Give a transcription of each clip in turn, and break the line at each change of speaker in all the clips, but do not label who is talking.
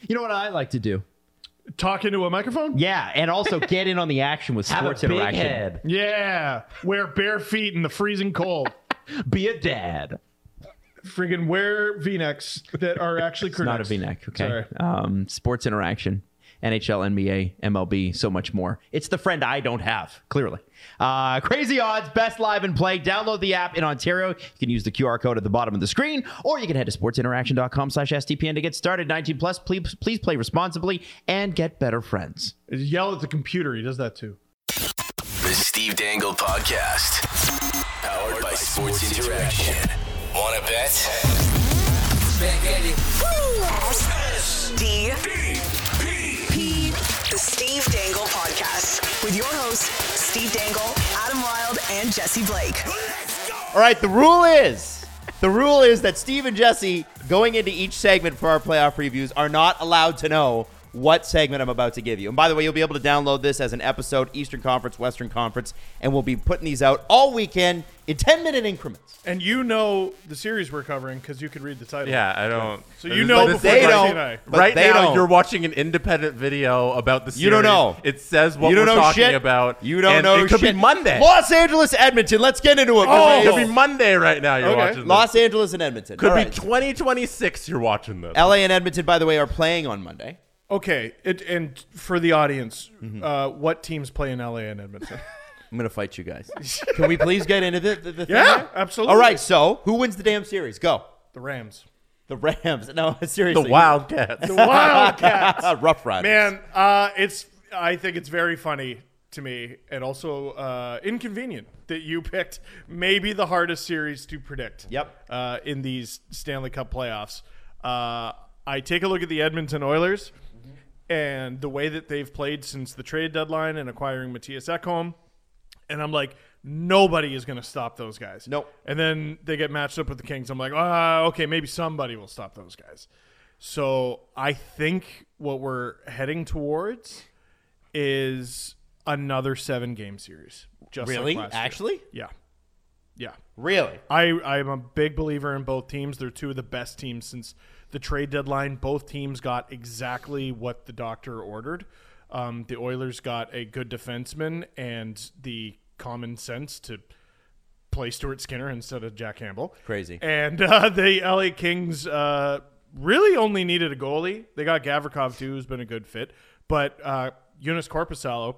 You know what I like to do?
Talk into a microphone?
Yeah, and also get in on the action with
Have a
sports
big
interaction.
head.
Yeah. Wear bare feet in the freezing cold.
Be a dad.
Friggin' wear V-necks that are actually crew
Not a
necks.
V-neck. Okay.
Sorry.
Um, sports interaction, NHL, NBA, MLB, so much more. It's the friend I don't have. Clearly, uh, crazy odds, best live and play. Download the app in Ontario. You can use the QR code at the bottom of the screen, or you can head to sportsinteraction.com/stpn to get started. 19 plus. Please, please play responsibly and get better friends.
Yell at the computer. He does that too.
The Steve Dangle Podcast. Powered by Sports Interaction. Want to bet?
P. The Steve Dangle Podcast with your hosts, Steve Dangle, Adam Wilde, and Jesse Blake.
All right, the rule is the rule is that Steve and Jesse, going into each segment for our playoff previews, are not allowed to know what segment I'm about to give you. And by the way, you'll be able to download this as an episode, Eastern Conference, Western Conference, and we'll be putting these out all weekend in 10 minute increments.
And you know the series we're covering because you could read the title.
Yeah, I don't.
So you know
But
before
they
Jesse
don't-
and I.
but
right
they
now,
don't.
you're watching an independent video about the series.
You don't know.
It says what
you don't
we're
know
talking
shit
about.
You don't
and
know.
It could
shit.
be Monday.
Los Angeles, Edmonton. Let's get into it.
Oh, it
Maurice.
could be Monday right now. You're
Okay.
watching. This.
Los Angeles and Edmonton.
could
All
be
right.
2026. You're watching this.
LA and Edmonton, by the way, are playing on Monday.
Okay. It, and for the audience,
Mm-hmm.
uh, what teams play in LA and Edmonton?
I'm gonna fight you guys. Can we please get into the, the, the thing?
Yeah,
here?
absolutely.
All right, so who wins the damn series? Go.
the Rams.
The Rams. No,
the
seriously.
Wildcats.
Wildcats.
Rough Riders.
Man, uh, it's. I think it's very funny to me, and also uh, inconvenient that you picked maybe the hardest series to predict.
Yep.
Uh, in these Stanley Cup playoffs, uh, I take a look at the Edmonton Oilers
Mm-hmm.
and the way that they've played since the trade deadline and acquiring Matthias Ekholm, and I'm like. Nobody is going to stop those guys.
Nope.
And then they get matched up with the Kings. I'm like, ah, okay, maybe somebody will stop those guys. So I think what we're heading towards is another seven game series. Just like
Really?
last year.
Actually?
yeah, yeah.
Really?
I I'm a big believer in both teams. They're two of the best teams since the trade deadline. Both teams got exactly what the doctor ordered. Um, the Oilers got a good defenseman and the common sense to play Stuart Skinner instead of Jack Campbell.
Crazy.
And uh, the LA Kings uh, really only needed a goalie. They got Gavrikov too, who's been a good fit. But uh, Eunice Corposalo,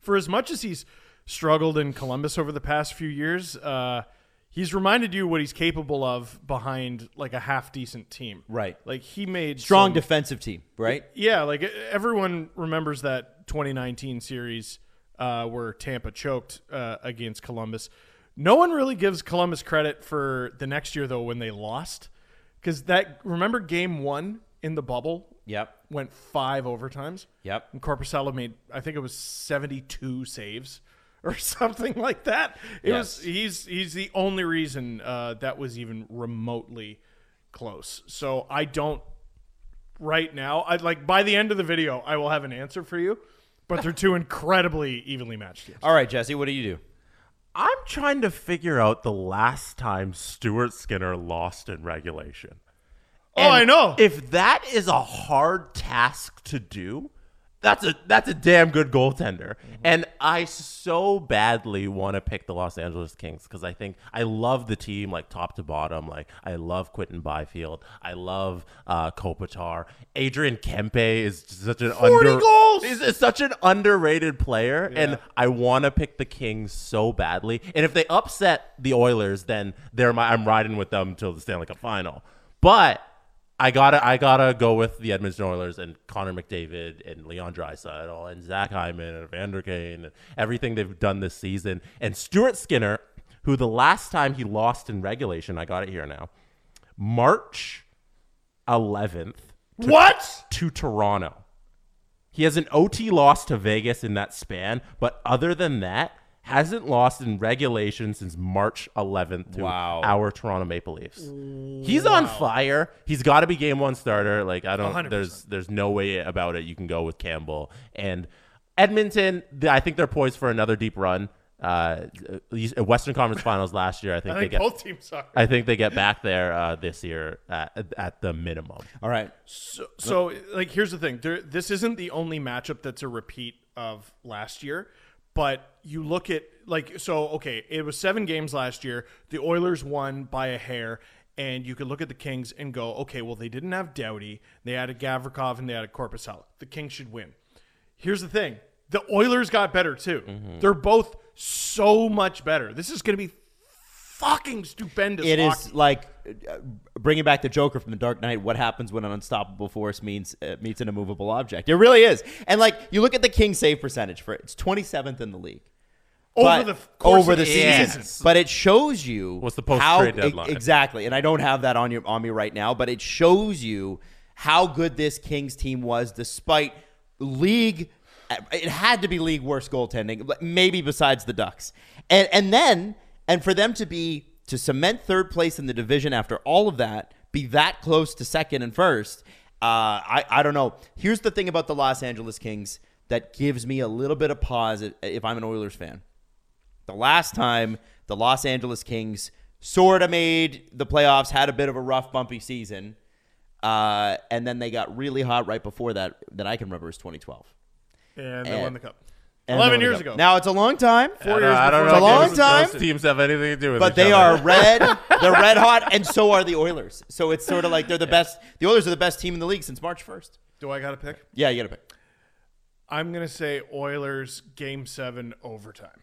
for as much as he's struggled in Columbus over the past few years, uh, he's reminded you what he's capable of behind like a half decent team.
Right.
Like he made
Strong
some-
defensive team, right?
yeah, like everyone remembers that 2019 series uh, where Tampa choked uh, against Columbus. No one really gives Columbus credit for the next year though when they lost, because that remember game one in the bubble.
Yep.
Went five overtimes.
Yep.
And Corpusella made I think it was 72 saves or something like that. It was he's he's the only reason uh, that was even remotely close. So I don't right now. I like by the end of the video, I will have an answer for you. But they're two incredibly evenly matched teams.
All right, Jesse, what do you do?
I'm trying to figure out the last time Stuart Skinner lost in regulation.
Oh, I know.
If that is a hard task to do, that's a that's a damn good goaltender.
Mm-hmm.
And I so badly want to pick the Los Angeles Kings because I think I love the team like top to bottom. Like I love Quinton Byfield. I love uh, Kopitar. Adrian Kempe is such an
40
under-
goals!
He's is such an underrated player, and I want to pick the Kings so badly. And if they upset the Oilers, then they're my I'm riding with them till the Stanley Cup final. But I gotta I gotta go with the Edmonton Oilers and Connor McDavid and Leon Draisaitl and Zach Hyman and Evander Kane and everything they've done this season and Stuart Skinner, who the last time he lost in regulation, I got it here now, March eleventh
what?
to Toronto. He has an OT loss to Vegas in that span, but other than that, hasn't lost in regulation since March 11th to
Wow.
our Toronto Maple Leafs. He's on fire. He's got to be game one starter. Like I don't. There's there's no way about it. You can go with Campbell and Edmonton. th- I think they're poised for another deep run. uh, Western Conference Finals last year. I think,
I
they
think
get.
both teams are.
I think they get back there uh, this year at, at the minimum.
All right.
So, like, here's the thing: there, this isn't the only matchup that's a repeat of last year. But you look at like so. Okay, it was seven games last year. The Oilers won by a hair, and you could look at the Kings and go, okay, well, they didn't have Doughty. They added Gavrikov and they added Corpusella. The Kings should win. Here's the thing: the Oilers got better too.
Mm-hmm.
They're both so much better. This is going to be fucking stupendous.
It is
hockey.
like uh, bringing back the Joker from the Dark Knight. What happens when an unstoppable force means uh, meets an immovable object? It really is. And like you look at the King save percentage for it, it's 27th in the league
over
But-
the course
over
of
the
the
season. But it shows you
What's the post-trade
how-
deadline?
e- exactly. And I don't have that on your on me right now, but it shows you how good this Kings team was despite league. It had to be league worst goaltending, but maybe besides the Ducks, and and then and for them to be to cement third place in the division after all of that, be that close to second and first. Uh, I I don't know. Here's the thing about the Los Angeles Kings that gives me a little bit of pause if- if I'm an Oilers fan the last time the Los Angeles Kings sort of made the playoffs, had a bit of a rough, bumpy season, uh, and then they got really hot right before that. That I can remember was 2012.
and they won the cup.
And
11
then
years
we go.
ago.
Now it's a long time,
Four years
I don't
before
know.
the
It's a
game.
long time.
Those teams have anything to do with
but
each
they
other.
are red. they're red hot, and so are the Oilers. So it's sort of like they're the best. The Oilers are the best team in the league since March 1st.
Do I got to pick?
Yeah, you got to pick.
I'm gonna say Oilers game seven overtime.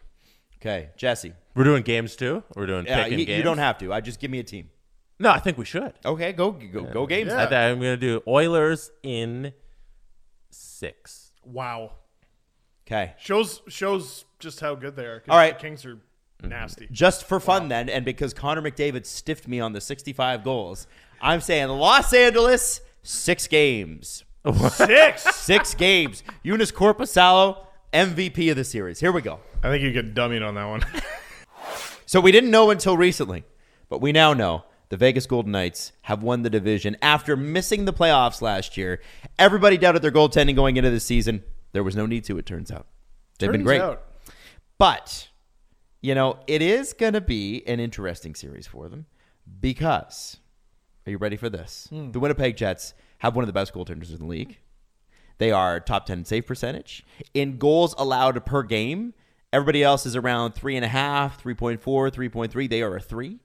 Okay, Jesse.
We're doing games too. We're doing
Yeah,
picking
you,
games.
you don't have to. I just give me a team.
No, I think we should.
Okay, go go go games.
I think I'm gonna do Oilers in six.
Wow,
Okay.
shows shows just how good they are. 'cause
All right.
the Kings are nasty.
just for fun then, and because Connor McDavid stiffed me on the 65 goals, I'm saying Los Angeles, six games.
Six.
Six games. Eunice Corposalo, MVP of the series. Here we go.
I think you get dummied on that one.
So we didn't know until recently, but we now know the Vegas Golden Knights have won the division after missing the playoffs last year. Everybody doubted their goaltending going into the season. There was no need to, it turns out. They've been
Turns
great.
out,
But, you know, it is going to be an interesting series for them because, are you ready for this? The Winnipeg Jets have one of the best goaltenders in the league. They are top 10 in save percentage. In goals allowed per game, everybody else is around 3.5, 3.4, 3.3. They are a 3.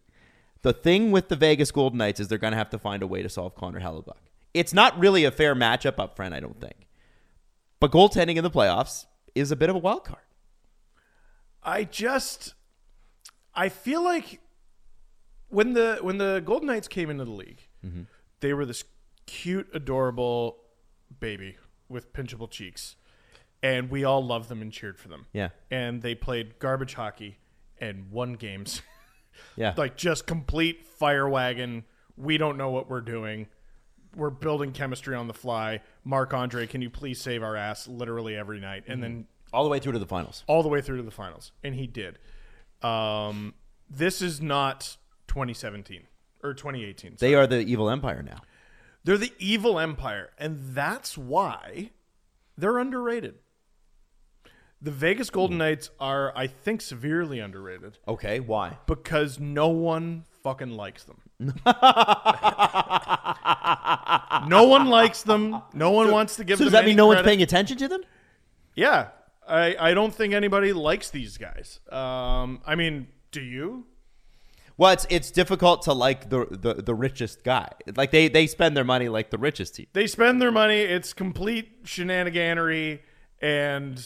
The thing with the Vegas Golden Knights is they're going to have to find a way to solve Connor Hellebuck. It's not really a fair matchup up front, I don't think. But goaltending in the playoffs is a bit of a wild card.
I just I feel like when the when the Golden Knights came into the league,
Mm-hmm.
they were this cute, adorable baby with pinchable cheeks, and we all loved them and cheered for them.
Yeah.
and they played garbage hockey and won games.
Yeah.
like just complete fire wagon. We don't know what we're doing. We're building chemistry on the fly. Marc Andre, can you please save our ass literally every night?
Mm-hmm.
And then
all the way through to the finals.
all the way through to the finals, and he did. Um, this is not 2017 or 2018.
They are the evil empire now.
They're the evil empire, and that's why they're underrated. The Vegas Golden
Hmm.
Knights are, I think, severely underrated
Okay, why?
because no one fucking likes them. no one likes them. No one wants to give
So
them
does that
any
mean no one's
credit.
paying attention to them?
Yeah, I, I don't think anybody likes these guys. Um, I mean, do you?
Well, it's it's difficult to like the the, the richest guy. Like they they spend their money like the richest team.
They spend their money. It's complete shenaniganery, and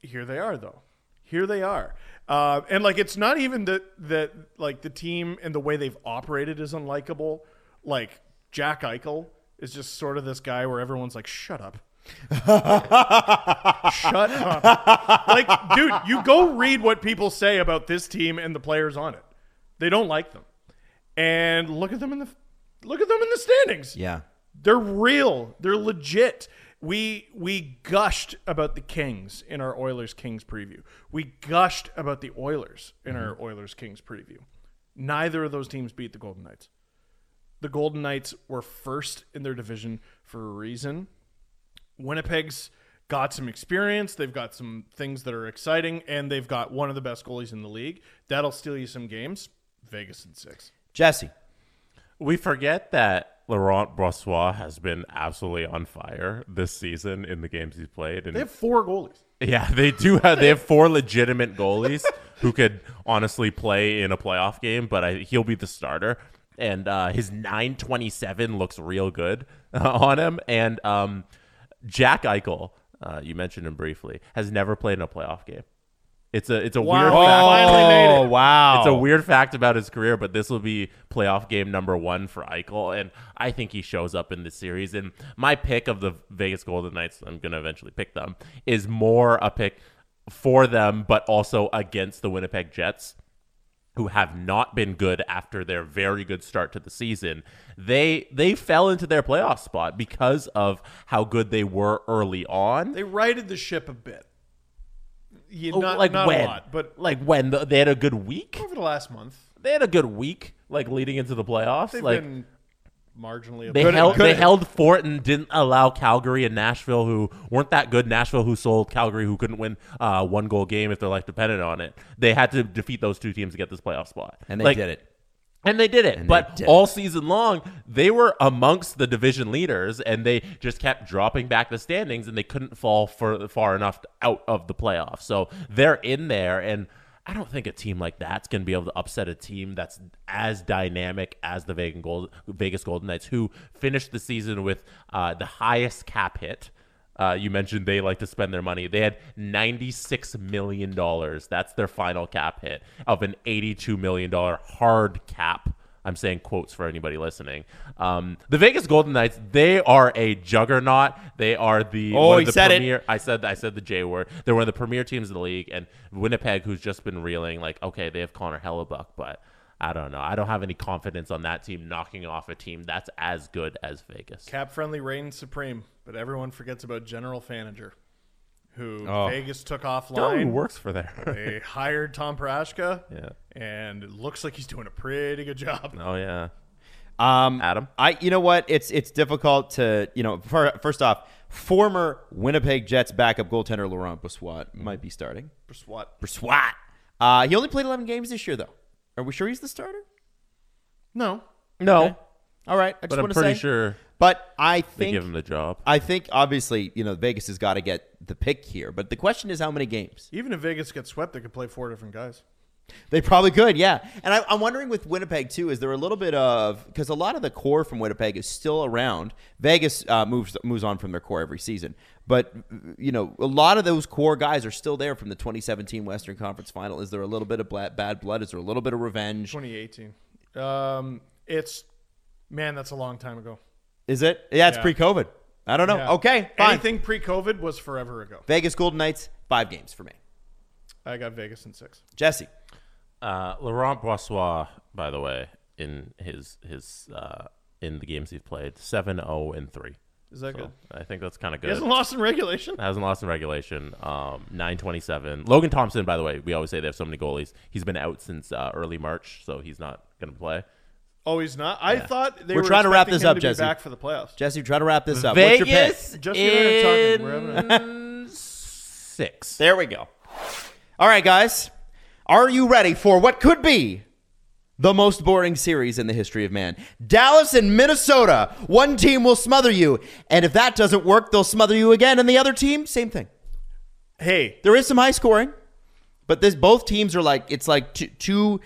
here they are, though. Here they are, uh, and like it's not even that that like the team and the way they've operated is unlikable. Like Jack Eichel is just sort of this guy where everyone's like, "Shut up." Shut up. Like, dude, you go read what people say about this team and the players on it. They don't like them. And look at them in the look at them in the standings.
Yeah.
They're real. They're legit. We we gushed about the Kings in our Oilers Kings preview. We gushed about the Oilers in our Oilers Kings preview. Neither of those teams beat the Golden Knights. The Golden Knights were first in their division for a reason. Winnipeg's got some experience. They've got some things that are exciting, and they've got one of the best goalies in the league. That'll steal you some games. Vegas in six.
Jesse,
We forget that Laurent Brossois has been absolutely on fire this season in the games he's played. And
They have four goalies.
yeah, they do have they have four legitimate goalies who could honestly play in a playoff game, but I, he'll be the starter. And uh, his 927 looks real good uh, on him. And um, Jack Eichel, uh, you mentioned him briefly, has never played in a playoff game. It's a it's a
Wow.
weird
Oh,
fact.
finally made it.
wow.
It's a weird fact about his career, but this will be playoff game number one for Eichel, and I think he shows up in this series. And my pick of the Vegas Golden Knights, I'm going to eventually pick them, is more a pick for them, but also against the Winnipeg Jets who have not been good after their very good start to the season. They they fell into their playoff spot because of how good they were early on.
They righted the ship a bit. You, not
Oh, like
not
when,
a lot, but
like when the, they had a good week,
over the last month,
they had a good week, like leading into the playoffs.
they've
like
been marginally.
they
above
held
that.
they held fort and didn't allow Calgary and Nashville, who weren't that good. Nashville, who sold Calgary, who couldn't win uh, one goal game if their life depended on it. They had to defeat those two teams to get this playoff spot,
and they
Like,
did it.
and they did it. but
did
all season long, they were amongst the division leaders, and they just kept dropping back the standings, and they couldn't fall for, far enough out of the playoffs. So they're in there, and I don't think a team like that's going to be able to upset a team that's as dynamic as the Vegas Golden, Vegas Golden Knights, who finished the season with uh, the highest cap hit. Uh, you mentioned they like to spend their money. They had $96 million. That's their final cap hit of an $82 million hard cap. I'm saying quotes for anybody listening. Um, the Vegas Golden Knights, they are a juggernaut. They are the
Oh,
one of
he
the
said it.
premier, I said I said the J word. They're one of the premier teams in the league, and Winnipeg, who's just been reeling. Like, okay, they have Connor Hellebuck, but I don't know. I don't have any confidence on that team knocking off a team that's as good as Vegas.
Cap friendly reigns supreme, but everyone forgets about General Fanager, who Vegas took
Oh, who
offline.
works for there?
They hired Tom Parashka,
Yeah.
and it looks like he's doing a pretty good job.
oh yeah,
Um,
Adam.
I you know what? It's it's difficult to you know. fir- first off, former Winnipeg Jets backup goaltender Laurent Brossoit might be starting.
Brissot.
Brossoit. Uh, he only played 11 games this year, though. Are we sure he's the starter?
No,
No,
All right, I just
but I'm
want to
pretty
say.
sure
But I
they
think
give him the job.
I think obviously you know Vegas has got to get the pick here. But the question is how many games?
even if Vegas gets swept, they could play four different guys.
They probably could, yeah. And I, I'm wondering with Winnipeg too, is there a little bit of because a lot of the core from Winnipeg is still around. Vegas uh, moves moves on from their core every season, but you know a lot of those core guys are still there from the 2017 Western Conference Final. Is there a little bit of bla- bad blood? Is there a little bit of revenge?
2018. Um, it's man, that's a long time ago.
Is it? Yeah, it's
Yeah.
pre-COVID. I don't know.
Yeah.
Okay, fine.
Anything pre-COVID was forever ago.
Vegas Golden Knights five games for me.
I got Vegas in six.
Jesse,
Uh, Laurent Brossois, by the way, in his his uh, in the games he's played, 7-0 and three.
Is that good?
I think that's kind of
He
good.
hasn't lost in regulation.
Hasn't lost in regulation. Um, nine twenty seven. Logan Thompson, by the way, we always say they have so many goalies. He's been out since uh, early March, so he's not going to play.
Oh, he's not. I thought they
We're
were
trying to wrap
expecting
this
him
up,
to
Jesse.
Be back for the playoffs.
Jesse, try to wrap this up. What's your pick?
Vegas
Just get her talking. We're having a-
in six.
There we go. All right, guys. Are you ready for what could be the most boring series in the history of man? Dallas and Minnesota. One team will smother you, and if that doesn't work, they'll smother you again. And the other team, same thing.
Hey,
There is some high scoring, but this both teams are like it's like two, two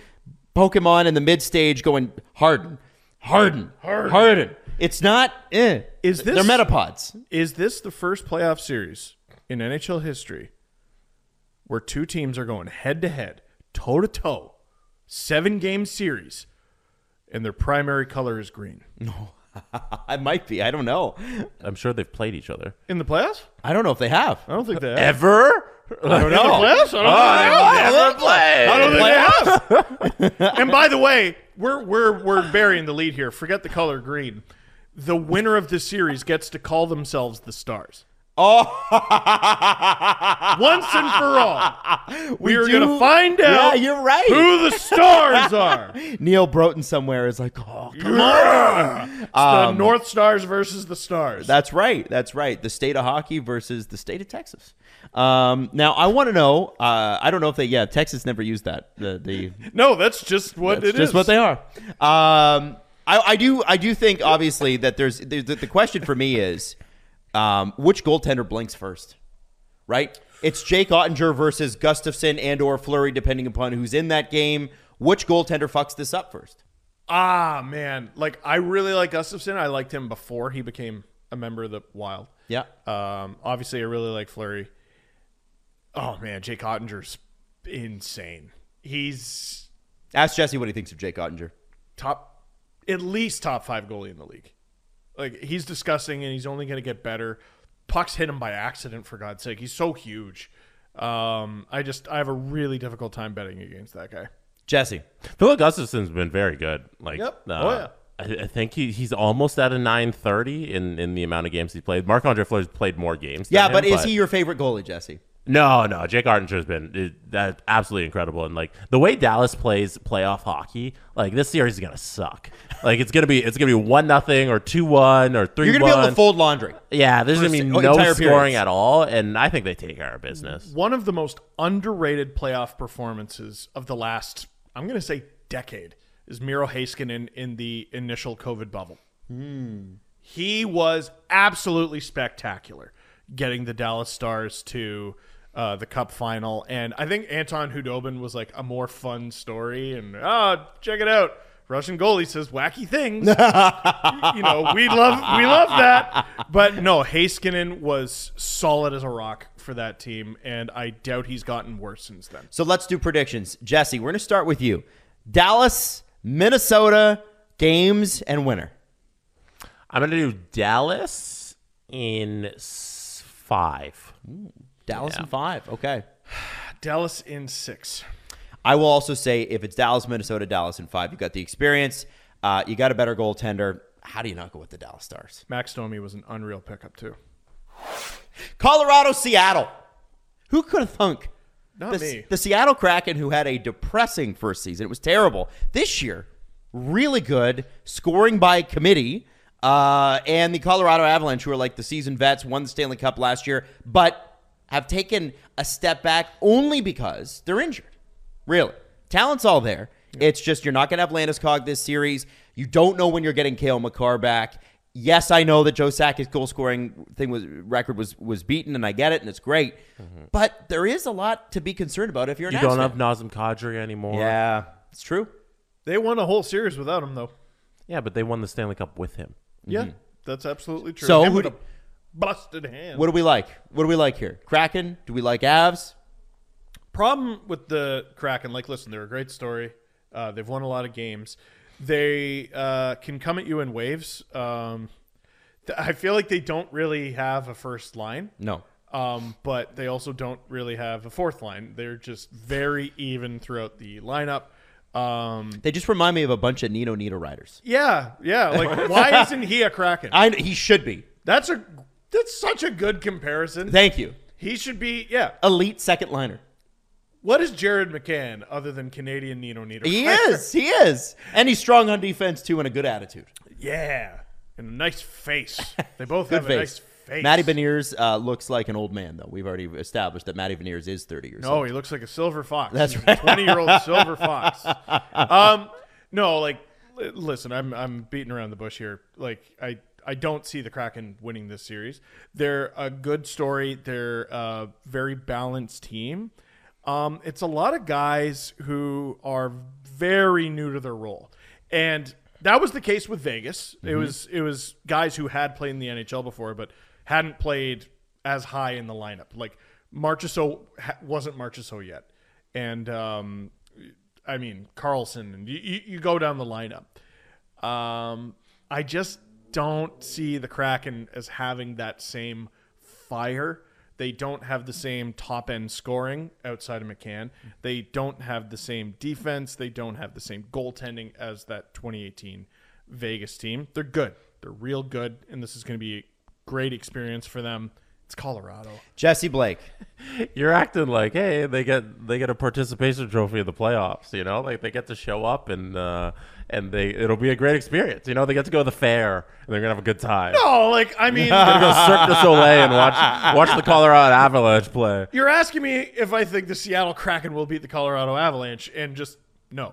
Pokemon in the mid stage going Harden, Harden, Harden. It's not. Eh.
Is this-
They're metapods.
is this the first playoff series in NHL history where two teams are going head to head, toe to toe, seven game series, and their primary color is green
I might be. I don't know.
I'm sure they've played each other.
in the playoffs?
I don't know if they have.
I don't think they have.
Ever? I don't
In the
know.
Oh,
playoffs? I don't think they have.
Ever played?
I don't think they have. and by the way, we're we're we're burying the lead here. Forget the color green. The winner of the series gets to call themselves the Stars.
Oh,
Once and for all, we, are
do-
going to find
yeah,
out
you're right.
who the stars are.
Neil Broughton somewhere is like, oh,
it's the
Um,
North Stars versus the Stars.
That's right. That's right. The state of hockey versus the state of Texas. Um, now I want to know. Uh, I don't know if they. Yeah, Texas never used that. The, the
no, that's just what
that's
it
just
is.
what they are. Um, I, I do. I do think obviously that there's the, the, the question for me is um, which goaltender blinks first, right? It's Jake Ottinger versus Gustafson and or Flurry, depending upon who's in that game. Which goaltender fucks this up first?
Ah, man. Like, I really like Gustafson. I liked him before he became a member of the Wild.
Yeah.
Um, obviously, I really like Flurry. Oh, man. Jake Ottinger's insane. He's
Ask Jesse what he thinks of Jake Ottinger.
top, at least top five goalie in the league. Like, he's disgusting and he's only going to get better. Pucks hit him by accident, for God's sake. He's so huge. Um, I just, I have a really difficult time betting against that guy.
Jesse,
Phil Gustafson's been very good. Like,
Yep.
uh,
Oh, yeah.
I, I think he, he's almost at a 930 in, in the amount of games he played. Marc Andre Fleur's played more games.
yeah,
than
but
him,
is he your favorite goalie, Jesse?
No, no. Jake Artinger has been it- that absolutely incredible, and like the way Dallas plays playoff hockey, like this series is gonna suck. Like it's gonna be it's gonna be one nothing or two one or 3
You're gonna
one.
be able to fold laundry.
yeah, there's gonna be
se- oh,
no
entire
scoring
periods.
at all, and I think they take care of business.
one of the most underrated playoff performances of the last, I'm going to say, decade is Miro Haskinen in the initial COVID bubble. He was absolutely spectacular getting the Dallas Stars to uh, the cup final. And I think Anton Hudobin was like a more fun story. And, ah, check it out. Russian goalie says wacky things you know, we love we love that. But no, Haskinen was solid as a rock for that team, and I doubt he's gotten worse since then.
So let's do predictions. Jesse, we're going to start with you. Dallas, Minnesota, games, and winner.
I'm gonna do Dallas in s- five.
Dallas and five. Okay.
Dallas in six.
I will also say if it's Dallas, Minnesota, Dallas and five, you got the experience. Uh, you got a better goaltender. How do you not go with the Dallas Stars?
Max Domi was an unreal pickup too.
Colorado, Seattle. Who could have thunk?
Not
the,
me.
the Seattle Kraken, who had a depressing first season, it was terrible. This year, really good, scoring by committee. Uh, and the Colorado Avalanche, who are like the seasoned vets, won the Stanley Cup last year, but have taken a step back only because they're injured. Really. Talent's all there. It's just you're not going to have Landeskog this series. You don't know when you're getting Kale McCarr back. Yes, I know that Joe Sackett's goal scoring thing was record was was beaten, and I get it, and it's great. But there is a lot to be concerned about if you're an
Mm-hmm. You
Avs
don't
fan.
have Nazem Kadri anymore.
Yeah, it's true.
They won a whole series without him though.
Mm-hmm.
yeah, but they won the Stanley Cup with him.
Yeah, that's absolutely true.
So
Him
who
with
do-
a busted hand.
What do we like? What do we like here? Kraken? Do we like Avs?
problem with the Kraken, like, listen, they're a great story. Uh, they've won a lot of games. They uh, can come at you in waves. Um, th- I feel like they don't really have a first line.
No.
Um, but they also don't really have a fourth line. They're just very even throughout the lineup. Um,
They just remind me of a bunch of Nino Nita riders.
yeah, yeah. Like, why isn't he a Kraken?
I he should be.
That's a that's such a good comparison.
Thank you.
he should be. Yeah.
Elite second liner.
What is Jared McCann other than Canadian Nino Niederreiter?
He is. He is. And he's strong on defense too, and a good attitude.
Yeah, and a nice face. They both
Good
have a nice
face.
face.
Matty Beniers uh, looks like an old man, though. We've already established that Matty Beniers is 30 years
No,
old.
Oh, he looks like a silver fox.
That's
He's
right.
a Twenty-year-old silver fox. Um, no, like, li- listen, I'm I'm beating around the bush here. Like, I I don't see the Kraken winning this series. They're a good story. They're a very balanced team. Um, it's a lot of guys who are very new to their role, and that was the case with Vegas. It was it was guys who had played in the NHL before, but hadn't played as high in the lineup. Like Marchessault ha- wasn't Marchessault yet, and um, I mean Carlson, and you, you, you go down the lineup. Um, I just don't see the Kraken as having that same fire. They don't have the same top end scoring outside of McCann. They don't have the same defense. They don't have the same goaltending as that 2018 Vegas team. They're good. They're real good, and this is going to be a great experience for them. It's Colorado.
Jesse Blake.
You're acting like, hey, they get they get a participation trophy in the playoffs. You know, like they get to show up and uh, and they it'll be a great experience. You know, they get to go to the fair and they're gonna have a good time.
Oh, like I mean,
They're gonna go Cirque du Soleil and watch watch the Colorado Avalanche play.
you're asking me if I think the Seattle Kraken will beat the Colorado Avalanche, and just no.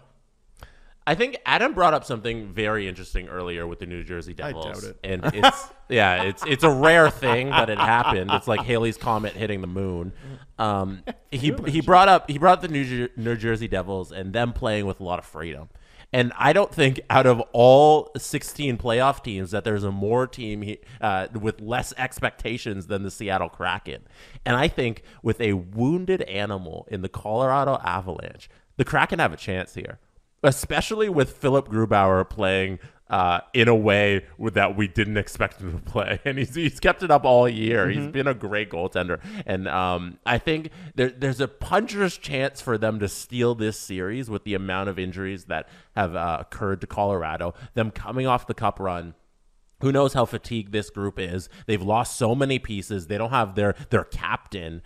I think Adam brought up something very interesting earlier with the New Jersey Devils.
doubt it.
And it's yeah, it's it's a rare thing that it happened. It's like Haley's comet hitting the moon. Um, he he brought up he brought up the New, Jer- New Jersey Devils and them playing with a lot of freedom. And I don't think out of all 16 playoff teams that there's a more team he, uh, with less expectations than the Seattle Kraken. And I think with a wounded animal in the Colorado Avalanche, the Kraken have a chance here especially with Philip Grubauer playing uh, in a way with- that we didn't expect him to play, and he's, he's kept it up all year. He's been a great goaltender, and um, I think there, there's a puncher's chance for them to steal this series with the amount of injuries that have uh, occurred to Colorado. Them coming off the Cup run. Who knows how fatigued this group is? They've lost so many pieces. They don't have their their captain.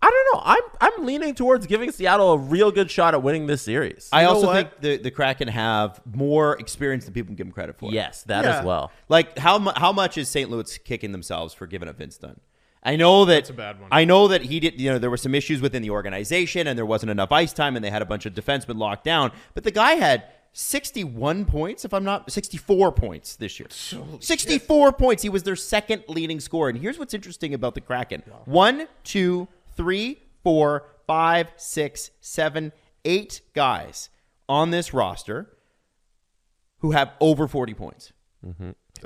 I don't know. I'm I'm leaning towards giving Seattle a real good shot at winning this series.
I
know
also
what?
think the, the Kraken have more experience than people give them credit for.
Yes, that
Yeah.
as well.
Like how mu- how much is St. Louis kicking themselves for giving up Vince Dunn? I know that
a bad one.
I know that he did. You know there were some issues within the organization, and there wasn't enough ice time, and they had a bunch of defensemen locked down. But the guy had. 61 points, if I'm not 64 points this year. 64 points. He was their second leading scorer. And here's what's interesting about the Kraken one, two, three, four, five, six, seven, eight guys on this roster who have over 40 points.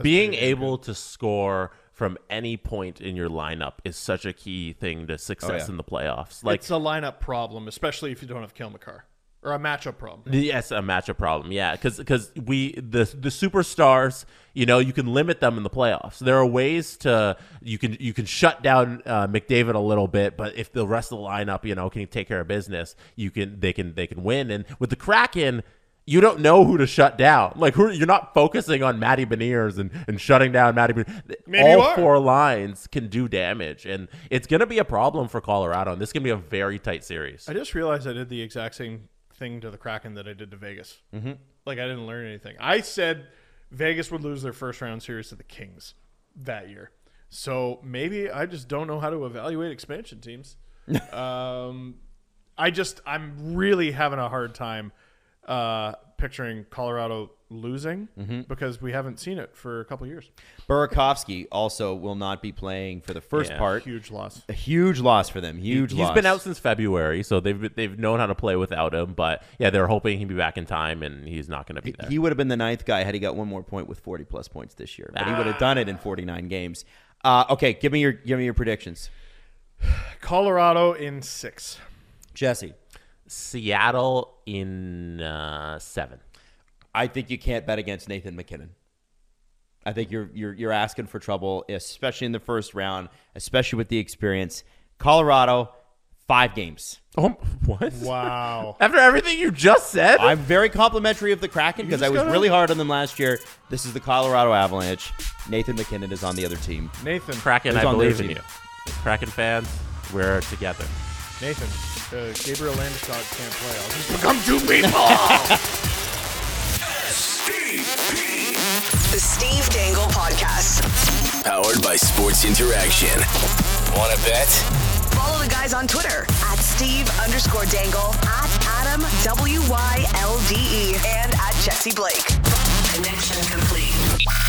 Being able to score from any point in your lineup is such a key thing to success
yeah.
in the playoffs. Like
it's a lineup problem, especially if you don't have Kilmacar or a matchup problem.
Yes, a matchup problem. Yeah, because we the the superstars, you know, you can limit them in the playoffs. There are ways to you can you can shut down uh, McDavid a little bit, but if the rest of the lineup, you know, can take care of business, you can they can they can win. And with the Kraken. You don't know who to shut down. Like who you're not focusing on Matty Beniers and, and shutting down Matty Beniers.
Maybe you
All
are.
four lines can do damage, and it's going to be a problem for Colorado. And this is going to be a very tight series.
I just realized I did the exact same thing to the Kraken that I did to Vegas. Mm-hmm. Like I didn't learn anything. I said Vegas would lose their first round series to the Kings that year. So maybe I just don't know how to evaluate expansion teams. um, I just I'm really having a hard time uh, picturing Colorado losing because we haven't seen it for a couple years.
Burakovsky also will not be playing for the first
Yeah.
part.
Huge loss.
A huge loss for them. Huge
He's
loss.
been out since February, so they've they've known how to play without him. But yeah, they're hoping he'd be back in time, and he's not going to be there.
He would have been the ninth guy had he got one more point with 40 plus points this year. But he
Ah.
would have done it in 49 games. Uh, okay, give me your give me your predictions,
Colorado in six.
Jesse.
Seattle in uh, seven.
I think you can't bet against Nathan McKinnon. I think you're you're you're asking for trouble, especially in the first round, especially with the experience. Colorado, five games.
Oh, what?
Wow.
After everything you just said,
I'm very complimentary of the Kraken because I
just
was
gotta-
really hard on them last year. This is the Colorado Avalanche. Nathan McKinnon is on the other team.
Nathan.
Kraken,
It's
I
on their
believe in
team.
you. Kraken fans, we're together.
Nathan. Uh, Gabriel Landeskog can't play. I'll just
Come to people.
The Steve Dangle Podcast.
Powered by Sports Interaction. Want to bet?
Follow the guys on Twitter at Steve underscore Dangle, at Adam W Y L D E, and at Jesse Blake. Connection complete.